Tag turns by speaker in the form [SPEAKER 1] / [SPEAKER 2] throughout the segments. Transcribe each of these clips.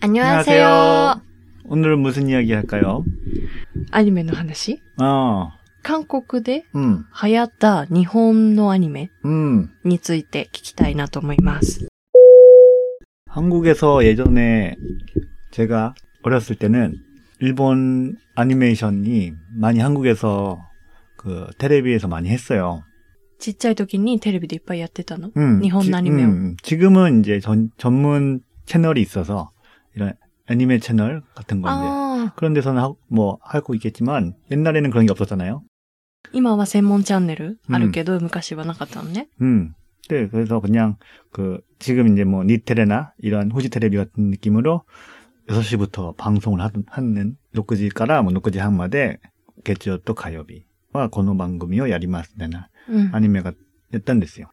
[SPEAKER 1] 안녕하세요.
[SPEAKER 2] 오늘 은 무슨 이야기 할까요?
[SPEAKER 3] アニメの話
[SPEAKER 2] 아,
[SPEAKER 3] 韓国で
[SPEAKER 2] 음,
[SPEAKER 3] 流行った日本のアニメ
[SPEAKER 2] 음.
[SPEAKER 3] について聞きたいなと思います。
[SPEAKER 2] 한국에서 예전에 제가 어렸을 때는 일본 애니메이션이 많이 한국에서 그 텔레비에서 많이 했어요.
[SPEAKER 3] ちっちゃい時にテレビでいっぱいやってたの
[SPEAKER 2] 음,
[SPEAKER 3] 일본
[SPEAKER 2] 지-
[SPEAKER 3] 애니메요.
[SPEAKER 2] 음, 지금은 이제 전, 전문 채널이 있어서 이런 애니메 채널 같은 거
[SPEAKER 1] 아.
[SPEAKER 2] 이제
[SPEAKER 3] ああ、
[SPEAKER 2] 그런 데서는 하- 뭐 하고 있겠지만 옛날에는 그런 게 없었잖아요.
[SPEAKER 3] 今は専門チャンネル
[SPEAKER 2] うん
[SPEAKER 3] あるけど、昔はなかったのね。
[SPEAKER 2] 음. 네, 그래서 그냥 그 지금 이제 뭐 니텔레나 이런 호지 텔레비 같은 느낌으로 6시부터 방송을 하, 하는 6지 뭐からもう6時半まで月曜と火曜日はこの番組をやりますねな
[SPEAKER 3] うん。
[SPEAKER 2] 아니메가 였던 데어요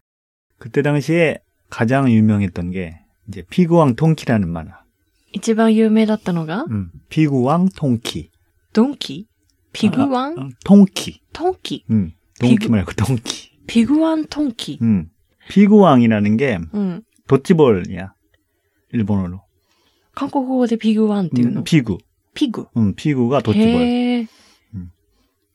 [SPEAKER 2] 그때 당시에 가장 유명했던 게 이제 피구왕 통키라는 만화.
[SPEAKER 3] 一番有名だったのが、
[SPEAKER 2] 음, 피구왕 통키.
[SPEAKER 3] ドンキピグワ
[SPEAKER 2] 어,
[SPEAKER 3] ン
[SPEAKER 2] 통키.
[SPEAKER 3] トンキ
[SPEAKER 2] 음, 동키
[SPEAKER 3] 피구-
[SPEAKER 2] 말고 통키.
[SPEAKER 3] ピグワントンキ
[SPEAKER 2] 음, 피구왕이라는 게
[SPEAKER 3] うん。
[SPEAKER 2] 도치볼이야. 일본어로.
[SPEAKER 3] 韓国語でピグワンっていうの
[SPEAKER 2] 음, 피구.
[SPEAKER 3] ピグ。
[SPEAKER 2] 음, 피구가 도치볼.
[SPEAKER 3] へえ。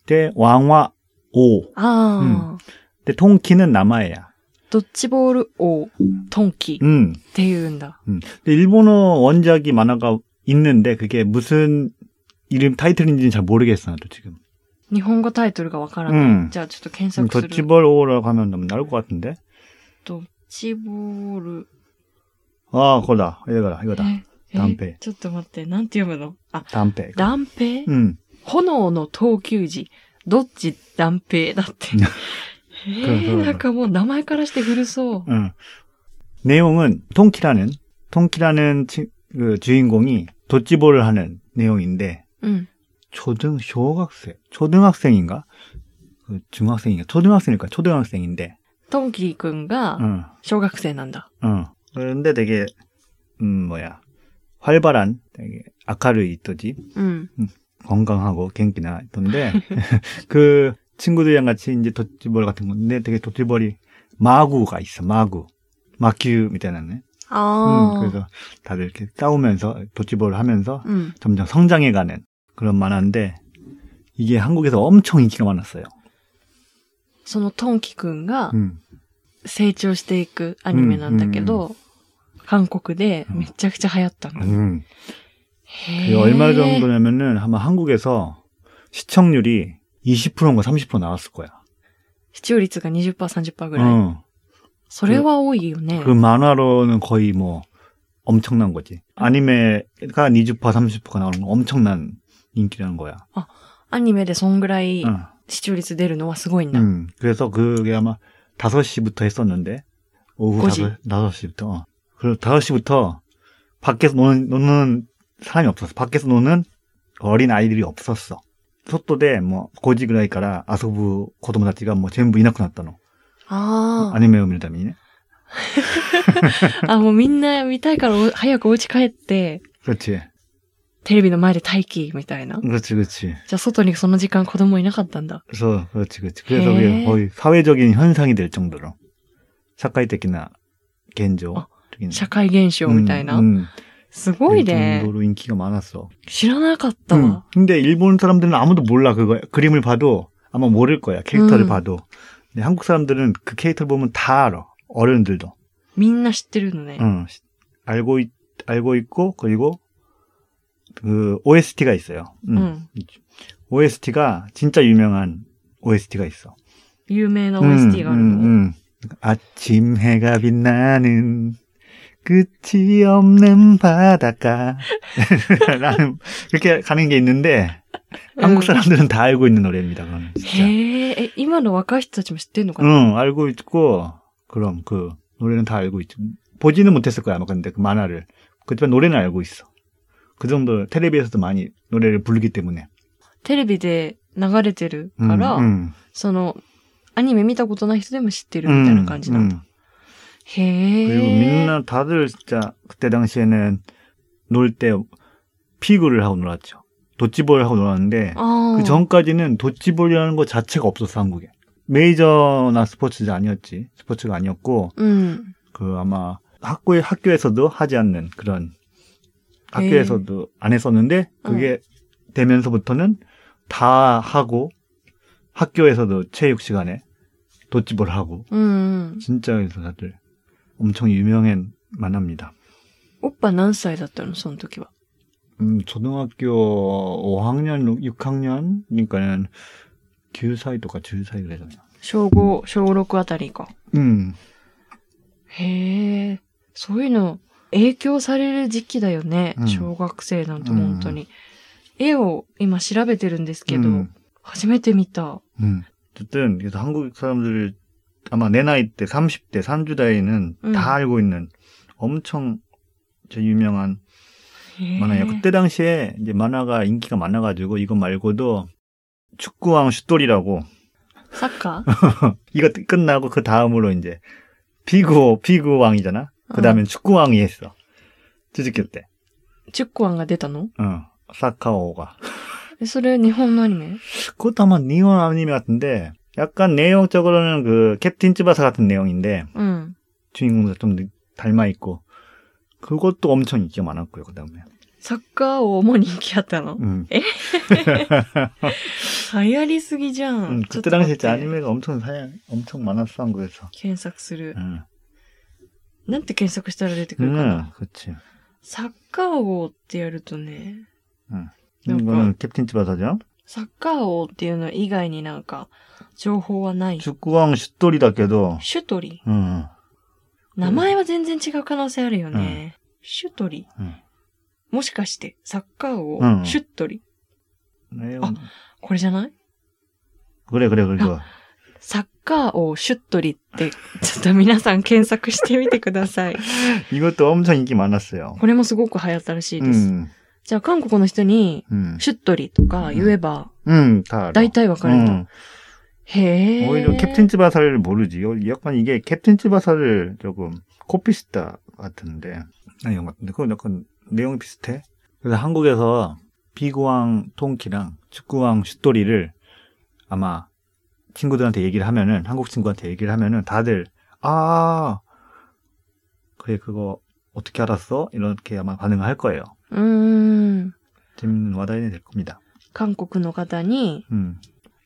[SPEAKER 2] 때 왕화 오. う
[SPEAKER 3] ああ。
[SPEAKER 2] 때 통키는 남아야.
[SPEAKER 3] ドッジボール王トンキっ
[SPEAKER 2] 음.
[SPEAKER 3] ていうんだ。
[SPEAKER 2] 근데 일본어 원작이 만화가 있는데 그게 무슨 이름 타이틀인지는 잘 모르겠어 나도 지금. 음,
[SPEAKER 3] 日本語タイトルがわから
[SPEAKER 2] う
[SPEAKER 3] なんい。じゃあちょっと検
[SPEAKER 2] 음,
[SPEAKER 3] 索する。
[SPEAKER 2] 도치볼 오라고 하면 너무 나올 것 같은데.
[SPEAKER 3] ドッジボール。
[SPEAKER 2] 아, 그거다. 이거다. 이거다.
[SPEAKER 3] ええ
[SPEAKER 2] 断平
[SPEAKER 3] ちょっと待って、なんて読むのあ、
[SPEAKER 2] 담배.
[SPEAKER 3] 断平
[SPEAKER 2] 음.
[SPEAKER 3] 炎の投球時。どっち断平だって。 え
[SPEAKER 2] そうそう
[SPEAKER 3] ー、なんかもう名前からして古そう。
[SPEAKER 2] 응. 음. 내용은 통키라는 통키라는 치- 그 주인공이 도찌볼을 하는 내용인데
[SPEAKER 3] うん。
[SPEAKER 2] 초등小学生 초등학생인가 그 중학생인가 초등학생일까 초등학생인데
[SPEAKER 3] トンキーくんが
[SPEAKER 2] 응,
[SPEAKER 3] 小学生なんだ。
[SPEAKER 2] 응. 그런데 되게 음 뭐야 활발한 되게 아카르이 있더지
[SPEAKER 3] うん。
[SPEAKER 2] 건강하고 갱기나 있던데 그 친구들이랑 같이 이제 도찌볼 같은 건데 되게 도찌볼이 마구가 있어 마구 마큐 미たいなね 음,
[SPEAKER 3] あ
[SPEAKER 2] 그래서 다들 이렇게 싸우면서 도찌볼을 하면서
[SPEAKER 3] あ。うん。
[SPEAKER 2] 점점 성장해가는 그런 만화인데 이게 한국에서 엄청 인기가 많았어요.
[SPEAKER 3] そのトンキくんが
[SPEAKER 2] 음,
[SPEAKER 3] 成長していくアニメなんだけど、韓国でめちゃくちゃ流行ったの。
[SPEAKER 2] 음.
[SPEAKER 3] へ
[SPEAKER 2] 그 얼마
[SPEAKER 3] 네.
[SPEAKER 2] 정도냐면은 아마 한국에서 시청률이 20%인가 30% 나왔을 거야.
[SPEAKER 3] 視聴率が20%、30%ぐらい。
[SPEAKER 2] 응.
[SPEAKER 3] それは多いよね
[SPEAKER 2] 그 。 만화로는 거의 뭐 엄청난 거지. 아니메가 20% 30%가 나오는 건 엄청난 인기라는 거야. 어.
[SPEAKER 3] アニメでそんぐらい
[SPEAKER 2] 응.
[SPEAKER 3] 視聴率出るのはすごいんだ。
[SPEAKER 2] 음, 그래서 그게 아마 5시부터 했었는데, 오후
[SPEAKER 3] 뭐지?
[SPEAKER 2] 5, 시부터 어. 그리고 5시부터 밖에서 노는, 노는 사람이 없었어. 밖에서 노는 어린 아이들이 없었어. 속도대 뭐, 고지ぐらいから遊ぶ子供たちがもう全部いなくなったの。
[SPEAKER 3] あ
[SPEAKER 2] アニメを見るためにね。
[SPEAKER 3] あ。あ、もうみんな見たいからお早くお家帰って、
[SPEAKER 2] 그렇지.
[SPEAKER 3] テレビの前で待機みたいな。
[SPEAKER 2] 그렇지, 그렇지.
[SPEAKER 3] じゃあ外にその時間子供いなかったんだ。
[SPEAKER 2] 그래서, 그렇지, 그렇지. 그래서
[SPEAKER 3] 네.
[SPEAKER 2] 그게 거의 사회적인 현상이 될 정도로. 사회적인 겐조.
[SPEAKER 3] 어, 社会現象みたいな。
[SPEAKER 2] 음,
[SPEAKER 3] すごい
[SPEAKER 2] 될
[SPEAKER 3] ね。
[SPEAKER 2] 정도로 인기가 많았어.
[SPEAKER 3] 知らなかったわ。
[SPEAKER 2] 음, 근데 일본 사람들은 아무도 몰라 그거 그림을 봐도 아마 모를 거야 캐릭터를
[SPEAKER 3] 음.
[SPEAKER 2] 봐도. 근데 한국 사람들은 그 캐릭터를 보면 다 알아 어른들도.
[SPEAKER 3] みんな知ってるのね。
[SPEAKER 2] 응. 시- 알고 있, 알고 있고 그리고 그 OST가 있어요.
[SPEAKER 3] う
[SPEAKER 2] 음.
[SPEAKER 3] ん。
[SPEAKER 2] OST가 진짜 유명한 OST가 있어.
[SPEAKER 3] 有名な
[SPEAKER 2] 음,
[SPEAKER 3] OST があるの。
[SPEAKER 2] 음, 음. 아침 해가 빛나는 끝이 없는 바닷가 라는 그렇게 가는 게 있는데
[SPEAKER 3] うん
[SPEAKER 2] 한국 사람들은 다 알고 있는 노래입니다. 그건 진짜.
[SPEAKER 3] へえ、え、今の若い人たちも知ってんのかな、
[SPEAKER 2] 응, 알고 있고 그럼 그 노래는 다 알고 있죠. 보지는 못했을 거야 아마 근데 그 만화를. 그렇지만 노래는 알고 있어. 그 정도 텔레비에서도 많이 노래를 부르기 때문에.
[SPEAKER 3] テレビで流れてる
[SPEAKER 2] 음,
[SPEAKER 3] から、
[SPEAKER 2] 음,
[SPEAKER 3] その、アニメ見たことない人でも知ってる
[SPEAKER 2] 음,
[SPEAKER 3] みたいな感じなんだ。
[SPEAKER 2] 음.
[SPEAKER 3] へ
[SPEAKER 2] 그리고
[SPEAKER 3] え。
[SPEAKER 2] 민나 다들 진짜 그때 당시에는 놀 때 피구를 하고 놀았죠. 도찌볼 하고 놀았는데
[SPEAKER 3] あ
[SPEAKER 2] 그
[SPEAKER 3] あ。
[SPEAKER 2] 전까지는 도찌볼이라는 거 자체가 없었어 한국에. 메이저나 스포츠가 아니었지. 스포츠가 아니었고
[SPEAKER 3] うん。
[SPEAKER 2] 그 아마 학교 학교에서도 하지 않는 그런 학교에서도 안 했었는데 그게 되면서부터는 다 하고 학교에서도 체육 시간에 도집을 하고
[SPEAKER 3] うんうん。
[SPEAKER 2] 진짜 그래서 다들 엄청 유명한 합니다.
[SPEAKER 3] おっぱ何歳だったのその時は。
[SPEAKER 2] 음, 초등학교 5학년, 6, 학년 그러니까는 9살 とか10歳 그래잖아요.
[SPEAKER 3] 小5、小6あたりか。
[SPEAKER 2] 음,
[SPEAKER 3] へえ。そういうの、影響される時期だよね。
[SPEAKER 2] うん
[SPEAKER 3] 小学生なんて本当に。絵を今調べてるんですけど、
[SPEAKER 2] 음,
[SPEAKER 3] 初めて見た。
[SPEAKER 2] 음. 어쨌든 그래서 한국 사람들 아마 내 나이 때 30대, 30대에는
[SPEAKER 3] 음.
[SPEAKER 2] 다 알고 있는 엄청 저 유명한
[SPEAKER 3] へえ
[SPEAKER 2] 만화예요. 그때 당시에 이제 만화가 인기가 많아가지고 이거 말고도 축구왕 슛돌이라고
[SPEAKER 3] サッカー
[SPEAKER 2] 이거 끝나고 그 다음으로 이제 피구 피구왕이잖아. 그 다음엔 축구왕이 했어. 주짓기 때.
[SPEAKER 3] 10個案が出たの
[SPEAKER 2] 어. 사카오가.
[SPEAKER 3] え、それ日本のアニメ
[SPEAKER 2] 그것도 아마 니온 아니메 같은데 약간 내용적으로는 그 캡틴 쯔바사 같은 내용인데
[SPEAKER 3] うん。
[SPEAKER 2] 주인공도 좀 느- 닮아 있고 그것도 엄청 인기가 많았고요. 그 다음에.
[SPEAKER 3] サッカーを主に人気あったの、
[SPEAKER 2] 음.
[SPEAKER 3] 流行りすぎじゃ
[SPEAKER 2] 음,
[SPEAKER 3] ん。
[SPEAKER 2] 그때 당시에
[SPEAKER 3] ちょ
[SPEAKER 2] 진짜
[SPEAKER 3] っと待って
[SPEAKER 2] 아니메가 엄청 사야 엄청 많았어 한국에서. 음.
[SPEAKER 3] 検索する。
[SPEAKER 2] 응.
[SPEAKER 3] なんて検索したら出てくるかな、
[SPEAKER 2] 응, 네. 음, 그렇지.
[SPEAKER 3] サッカー王ってやるとね、
[SPEAKER 2] 이거는 캡틴 쯔바사죠.
[SPEAKER 3] サッカー王っていうの以外になんか、情報はない。
[SPEAKER 2] 축구왕 슛돌이다께도 음.
[SPEAKER 3] シュトリ。
[SPEAKER 2] 응.
[SPEAKER 3] 名前は全然違う可能性あるよね。シュトリ。
[SPEAKER 2] 응.
[SPEAKER 3] もしかして、サッカー王、
[SPEAKER 2] うん
[SPEAKER 3] シュットリ。
[SPEAKER 2] 내용-
[SPEAKER 3] 아. これじゃない
[SPEAKER 2] 네, 그래 그래 그래 그거.
[SPEAKER 3] サッカー王、シュットリって、ちょっと皆さん検索してみてくだ さい。
[SPEAKER 2] 이것도 엄청 인기 많았어요.
[SPEAKER 3] これもすごく流行ったらしいです。
[SPEAKER 2] 음,
[SPEAKER 3] じゃあ、韓国の人に、
[SPEAKER 2] 음,
[SPEAKER 3] シュットリとか言えば、
[SPEAKER 2] 음, 다 알아.
[SPEAKER 3] 大体わかるんだ。
[SPEAKER 2] 음.
[SPEAKER 3] へえ。
[SPEAKER 2] 오히려 캡틴 츠바사를 모르지. 요- 약간 이게 캡틴 츠바사를 조금 코피스타 같은데 내용 같은데 그건 약간 내용이 비슷해. 그래서 한국에서 비구왕 통키랑 축구왕 슛돌이를 아마 친구들한테 얘기를 하면은 한국 친구한테 얘기를 하면은 다들 아 그래 그거 어떻게 알았어? 이렇게 아마 반응을 할 거예요.
[SPEAKER 3] うーん。
[SPEAKER 2] 재밌는 화단이 될 겁니다.
[SPEAKER 3] 韓国の方に、
[SPEAKER 2] 음,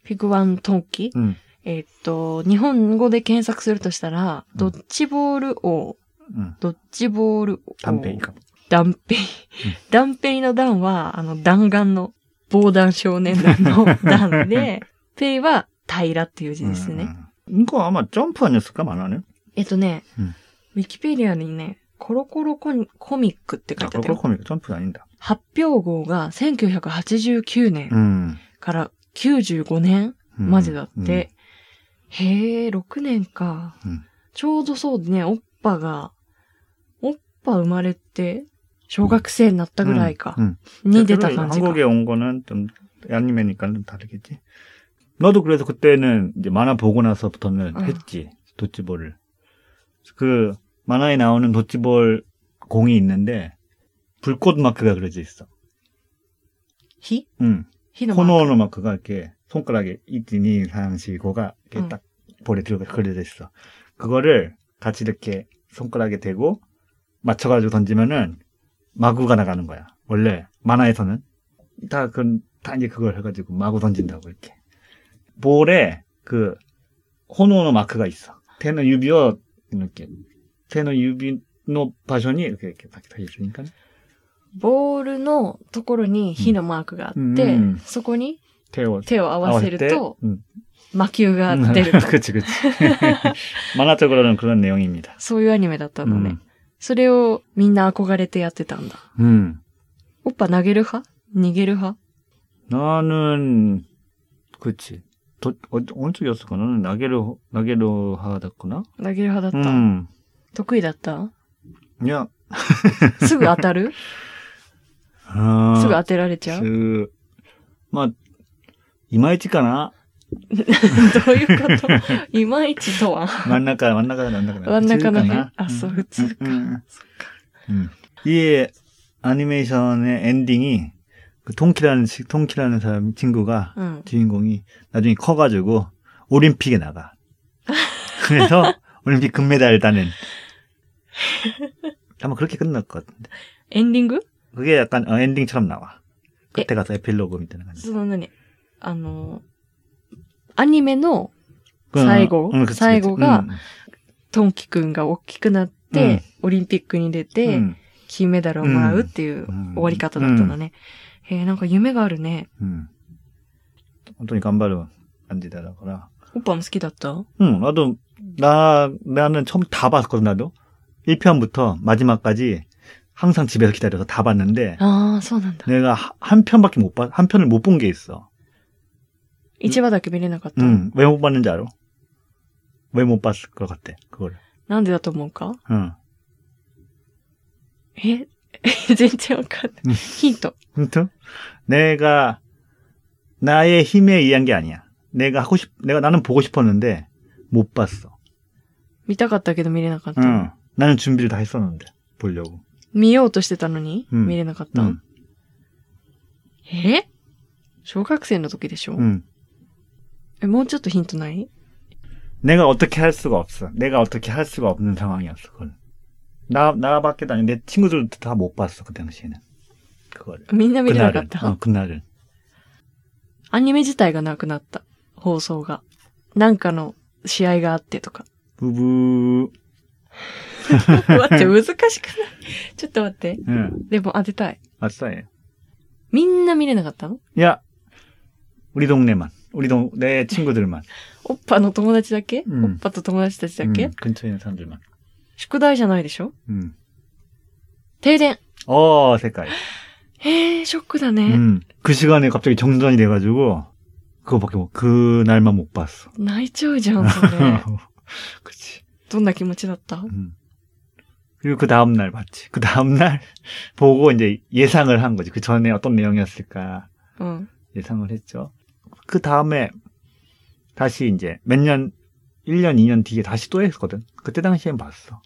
[SPEAKER 3] フィグワントンキ、
[SPEAKER 2] 음,
[SPEAKER 3] えーっと、日本語で検索するとしたら、
[SPEAKER 2] うん
[SPEAKER 3] ドッジボール王、
[SPEAKER 2] 음.
[SPEAKER 3] ドッジボール王。
[SPEAKER 2] 담배인가?
[SPEAKER 3] 断平。断平の段は、あの、弾丸の、防弾少年団 の段で、ペイは平っていう字ですね。
[SPEAKER 2] 음, 음. 이거 아마 점프 아니었을까 만화는?
[SPEAKER 3] えっとね、
[SPEAKER 2] うん
[SPEAKER 3] ウィキペディアにね、コロコロコニコミックって書
[SPEAKER 2] 아,
[SPEAKER 3] いてあった
[SPEAKER 2] 그럴
[SPEAKER 3] よ。
[SPEAKER 2] 거면 점프 아닌다.
[SPEAKER 3] 発表号が1989年
[SPEAKER 2] 음.
[SPEAKER 3] から95年
[SPEAKER 2] 음,
[SPEAKER 3] までだっ
[SPEAKER 2] 음.
[SPEAKER 3] て。へえ、6年か。
[SPEAKER 2] うん
[SPEAKER 3] ちょうどそうね、おっぱが、おっぱ生まれて、小学生になったぐらいか。
[SPEAKER 2] 음.
[SPEAKER 3] に出た
[SPEAKER 2] 실제로
[SPEAKER 3] 感じか。
[SPEAKER 2] 한국에 온 거는 좀 애니메니까 좀 다르겠지. 너도 그래서 그때는 이제 만화 보고 나서부터는
[SPEAKER 3] 어.
[SPEAKER 2] 했지 도찌볼을. 그 만화에 나오는 도찌볼 공이 있는데 불꽃 마크가 그려져 있어.
[SPEAKER 3] 火
[SPEAKER 2] 음.
[SPEAKER 3] 火のマーク
[SPEAKER 2] 코너로 막 그거 이렇게 손가락에 1, 2, 3, 4, 5가 이렇게
[SPEAKER 3] 응.
[SPEAKER 2] 딱 볼에 들어가 그려져 있어. 그거를 같이 이렇게 손가락에 대고 맞춰가지고 던지면은 마구가 나가는 거야. 원래 만화에서는 다 그런 다 이제 그걸 해가지고 마구 던진다고 이렇게 볼에 그 호노노 마크가 있어. 테너 유비어 이렇게 테너 유비노 바션이 이렇게 이렇게 딱 있으니까.
[SPEAKER 3] ボールのところに火のマークがあって、
[SPEAKER 2] うん
[SPEAKER 3] そこに
[SPEAKER 2] 테어 음.
[SPEAKER 3] 手を合わせると、
[SPEAKER 2] 응.
[SPEAKER 3] 魔球が
[SPEAKER 2] 음,
[SPEAKER 3] 出ると。
[SPEAKER 2] 그치, 그치. 만화적으로는 그런 내용입니다.
[SPEAKER 3] そういうアニメだったのね。
[SPEAKER 2] 음.
[SPEAKER 3] それをみんな憧れてやってたんだ。
[SPEAKER 2] 음.
[SPEAKER 3] おっぱ投げる派逃げる派
[SPEAKER 2] 나는, 그치. 도, 어, 어느 쪽이었을까? 나는 나게로, 나게로 하다구나?
[SPEAKER 3] 投げる派だった。
[SPEAKER 2] 음.
[SPEAKER 3] 得意だった
[SPEAKER 2] 야,
[SPEAKER 3] すぐ当た る
[SPEAKER 2] 아,
[SPEAKER 3] すぐ当てられちゃう
[SPEAKER 2] 그, 막, 이마이치가나?
[SPEAKER 3] どういうこといまいちとは
[SPEAKER 2] 만나가, 만나가,
[SPEAKER 3] 真
[SPEAKER 2] 만나가.
[SPEAKER 3] ん中の辺あ、
[SPEAKER 2] 음.
[SPEAKER 3] そう、普通か。
[SPEAKER 2] 음.
[SPEAKER 3] そっか
[SPEAKER 2] 음. 이 애니메이션의 엔딩이, 그 통키라는, 시- 통키라는 사람, 친구가,
[SPEAKER 3] うん。
[SPEAKER 2] 주인공이 나중에 커가지고 올림픽에 나가. 그래서 올림픽 금메달을 따는. 아마 그렇게 끝날 것 같은데.
[SPEAKER 3] エンディング
[SPEAKER 2] 그게 약간 어, 엔딩처럼 나와.
[SPEAKER 3] 예.
[SPEAKER 2] 끝에 가서 에필로그みたいな感じ。
[SPEAKER 3] その何あの、アニメの
[SPEAKER 2] 그건,
[SPEAKER 3] 사이고,
[SPEAKER 2] 응, 어, 음, 그치,
[SPEAKER 3] 사이고가
[SPEAKER 2] 그치.
[SPEAKER 3] トンキくんが大きくなって、オリンピックに出
[SPEAKER 2] 응,
[SPEAKER 3] て、
[SPEAKER 2] 응,
[SPEAKER 3] 金メダルをもらうっていう
[SPEAKER 2] うん
[SPEAKER 3] 終わり方だ
[SPEAKER 2] 음,
[SPEAKER 3] ったんだね。へえ、なんか夢があるね。
[SPEAKER 2] 응. 本当に頑張る感じだから。
[SPEAKER 3] 오빠も好きだった
[SPEAKER 2] 응, 음, 나도, 나, 나는 처음 다 봤거든, 나도. 1편부터 마지막까지 항상 집에서 기다려서 다 봤는데,
[SPEAKER 3] ああ、そうなんだ。
[SPEAKER 2] 내가 하- 한 편밖에 못 봤, 한 편을 못 본 게 있어.
[SPEAKER 3] 一話だけ見れなかった。
[SPEAKER 2] 응, 왜 못 봤는지 알아? 왜 못 봤을 것 같아, 그거를.
[SPEAKER 3] なんでだと思うか
[SPEAKER 2] 응.
[SPEAKER 3] え 全然わかん
[SPEAKER 2] う
[SPEAKER 3] なんい。ヒント。
[SPEAKER 2] 아무튼 내가 나의 힘에 의한 게 아니야. 내가 하고 싶, 내가 나는 보고 싶었는데 못 봤어.
[SPEAKER 3] 見たかったけど見れなかった。
[SPEAKER 2] 응. 나는 준비를 다 했었는데 보려고.
[SPEAKER 3] 見ようとしてたのに、
[SPEAKER 2] うん
[SPEAKER 3] 見れなかった。
[SPEAKER 2] 응.
[SPEAKER 3] え小学生の時でしょ、
[SPEAKER 2] 응.
[SPEAKER 3] え、もうちょっとヒントない
[SPEAKER 2] 내가 어떻게 할 수가 없어. 내가 어떻게 할 수가 없는 상황이었어. 그건. 나 나밖에 아니 내 친구들도 다 못 봤어 그 당시에는. 그거를.
[SPEAKER 3] みんな見れなかっ
[SPEAKER 2] 그날은.
[SPEAKER 3] た。
[SPEAKER 2] 어, 그날은.
[SPEAKER 3] アニメ自体がなくなった。放送が。なんかの試合があってとか。
[SPEAKER 2] 부부.
[SPEAKER 3] 待って、難しくないちょっと待って。
[SPEAKER 2] 응.
[SPEAKER 3] でも当てたい。
[SPEAKER 2] 아싸예.
[SPEAKER 3] みんな見れなかったの
[SPEAKER 2] 야. 우리 동네만. 우리 동 내 친구들만.
[SPEAKER 3] おっぱの友達だけ、
[SPEAKER 2] うん
[SPEAKER 3] おっぱと友達たちだけ、
[SPEAKER 2] 응, 음, 근처에 있는 사람들만.
[SPEAKER 3] 宿題じゃないでしょ
[SPEAKER 2] 응.
[SPEAKER 3] 停電。
[SPEAKER 2] 어, 색깔.
[SPEAKER 3] へえ、ショックだね。
[SPEAKER 2] 음, 그 시간에 갑자기 정전이 돼가지고, 그거밖에 못, 그 날만 못 봤어.
[SPEAKER 3] 泣いちゃうじゃん、 それ。
[SPEAKER 2] 그치.
[SPEAKER 3] どんな気持ちだった
[SPEAKER 2] 음. 그리고 그 다음날 봤지. 그 다음날 보고 이제 예상을 한 거지. 그 전에 어떤 내용이었을까
[SPEAKER 3] うん。
[SPEAKER 2] 예상을 했죠. 그 다음에 다시 이제 몇 년, 1년, 2년 뒤에 다시 또 했거든. 그때 당시엔 봤어.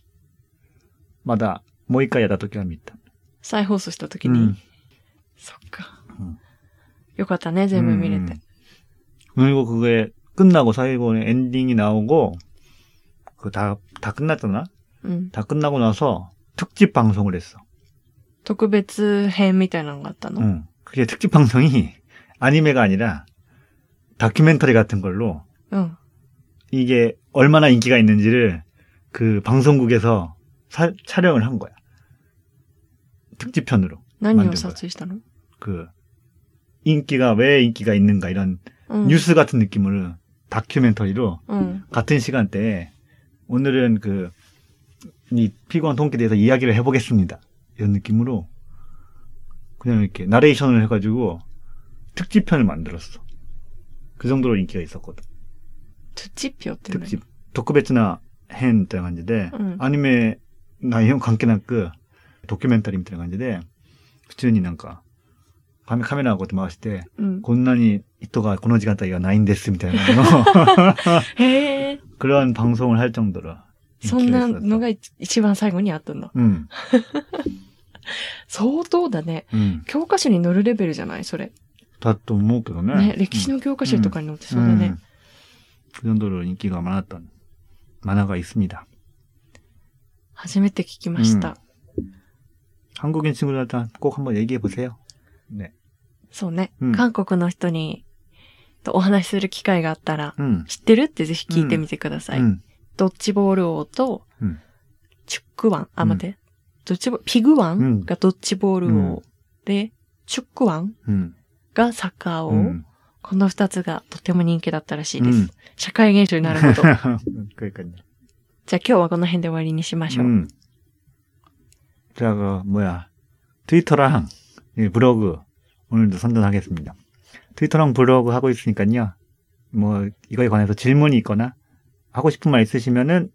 [SPEAKER 2] 마다, 모이까 야다 음. 도끼가 믿다.
[SPEAKER 3] 再放送した時に。そっか
[SPEAKER 2] うん。
[SPEAKER 3] よかったね、全部見れ
[SPEAKER 2] 음.
[SPEAKER 3] て。
[SPEAKER 2] 그리고 그게 끝나고 사이버의 엔딩이 나오고 그다다 끝났잖아.
[SPEAKER 3] うん。
[SPEAKER 2] 다 끝나고 나서 특집 방송을 했어.
[SPEAKER 3] 特別編みたいなのがあったの、
[SPEAKER 2] 응. 그게 특집 방송이 아니메가 아니라 다큐멘터리 같은 걸로
[SPEAKER 3] うん。
[SPEAKER 2] 이게 얼마나 인기가 있는지를 그 방송국에서 사- 촬영을 한 거야. 특집편으로.
[SPEAKER 3] 何
[SPEAKER 2] なん
[SPEAKER 3] を
[SPEAKER 2] ていうの
[SPEAKER 3] 撮影したの
[SPEAKER 2] 그 인기가 왜 인기가 있는가 이런
[SPEAKER 3] うん。
[SPEAKER 2] 뉴스 같은 느낌으로 다큐멘터리로
[SPEAKER 3] うん。
[SPEAKER 2] 같은 시간대에 오늘은 그, 이 피고한 동기에 대해서 이야기를 해보겠습니다. 이런 느낌으로 그냥 이렇게 나레이션을 해가지고 특집편을 만들었어. 그 정도로 인기가 있었거든.
[SPEAKER 3] 土地ぴょって何
[SPEAKER 2] 특집. 음. 도쿠베츠나 헨みたいな感じで
[SPEAKER 3] うん。
[SPEAKER 2] 아니메 나이형 관계なく 도큐멘터리 みたいな感じで普通になんかカメカメラをこうやって回して
[SPEAKER 3] うん。
[SPEAKER 2] こんなに糸がこの時間帯がないんですみたいなのを
[SPEAKER 3] へえ。
[SPEAKER 2] 그런 방송을 할 정도로
[SPEAKER 3] そんな
[SPEAKER 2] 인기가 있었어.
[SPEAKER 3] のが一一番最後にあったんだ。
[SPEAKER 2] 응,
[SPEAKER 3] 相当だね。
[SPEAKER 2] 응.
[SPEAKER 3] 教科書に載るレベルじゃないそれ。
[SPEAKER 2] 음. 다또 뭐, 그거
[SPEAKER 3] ね。歴史の教科書とかに載ってそうだ
[SPEAKER 2] 네.
[SPEAKER 3] ね。
[SPEAKER 2] 그 정도로 인기가 많았던 만화가 있습니다.
[SPEAKER 3] 初めて聞きました。
[SPEAKER 2] うん 한국인 친구들한테 꼭 한번 얘기해 보세요. 네.
[SPEAKER 3] そうね、
[SPEAKER 2] うん
[SPEAKER 3] 韓国の人に、とお話しする機会があったら、
[SPEAKER 2] 응.
[SPEAKER 3] 知ってるってぜひ聞いてみてください。
[SPEAKER 2] 응.
[SPEAKER 3] ドッジボール王と
[SPEAKER 2] うん、
[SPEAKER 3] チュックワン、あ、
[SPEAKER 2] うん
[SPEAKER 3] 待って、ドッジボピグワ
[SPEAKER 2] う
[SPEAKER 3] ン
[SPEAKER 2] ん
[SPEAKER 3] がドッジボール王、
[SPEAKER 2] う
[SPEAKER 3] で、チュックワン
[SPEAKER 2] 응.
[SPEAKER 3] がサッカー王、
[SPEAKER 2] 응.
[SPEAKER 3] この二つがとても人気だったらしいです。
[SPEAKER 2] うん
[SPEAKER 3] 社会現象になるほど。じゃあ
[SPEAKER 2] 음. 그러니까요.
[SPEAKER 3] 今日はこの辺で終わりにしましょう。
[SPEAKER 2] 응. 음. 자, 그, 뭐야. 트위터랑 이 브로그 오늘도 선전하겠습니다. 트위터랑 브로그 하고 있으니까요. 뭐, 이거에 관해서 질문이 있거나 하고 싶은 말 있으시면은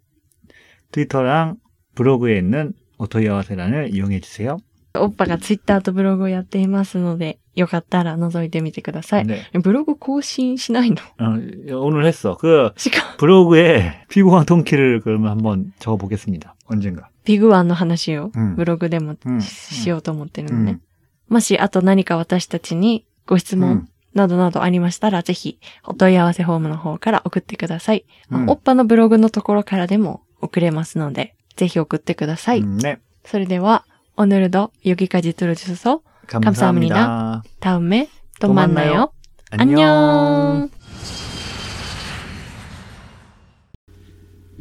[SPEAKER 2] 트위터랑 브로그에 있는 오토이와세란을 이용해 주세요.
[SPEAKER 3] おっぱがツイッターとブログをやっていますので、よかったら覗いてみてください。
[SPEAKER 2] 네.
[SPEAKER 3] ブログ更新しないの
[SPEAKER 2] 어, 오늘 했어. 그
[SPEAKER 3] しか、
[SPEAKER 2] 브로그에 피고왕 통키를 그러면 한번 적어 보겠습니다. 언젠가. 음.
[SPEAKER 3] ビグワンの話を
[SPEAKER 2] うん
[SPEAKER 3] ブログでも
[SPEAKER 2] うん
[SPEAKER 3] しようと思ってるの
[SPEAKER 2] 음,
[SPEAKER 3] ね。もし、あと何か私たちにご質
[SPEAKER 2] 음,
[SPEAKER 3] 問などなどありましたら、ぜひ、お問い合わせフォームの方から送ってください。
[SPEAKER 2] 음,
[SPEAKER 3] おっぱのブログのところからでも送れますので、ぜひ送ってください。
[SPEAKER 2] 음, 네.
[SPEAKER 3] それでは、 오늘도 여기까지 들어주셔서 감사합니다. 다음에 또
[SPEAKER 2] 또
[SPEAKER 3] 만나요.
[SPEAKER 2] 만나요.
[SPEAKER 3] 안녕.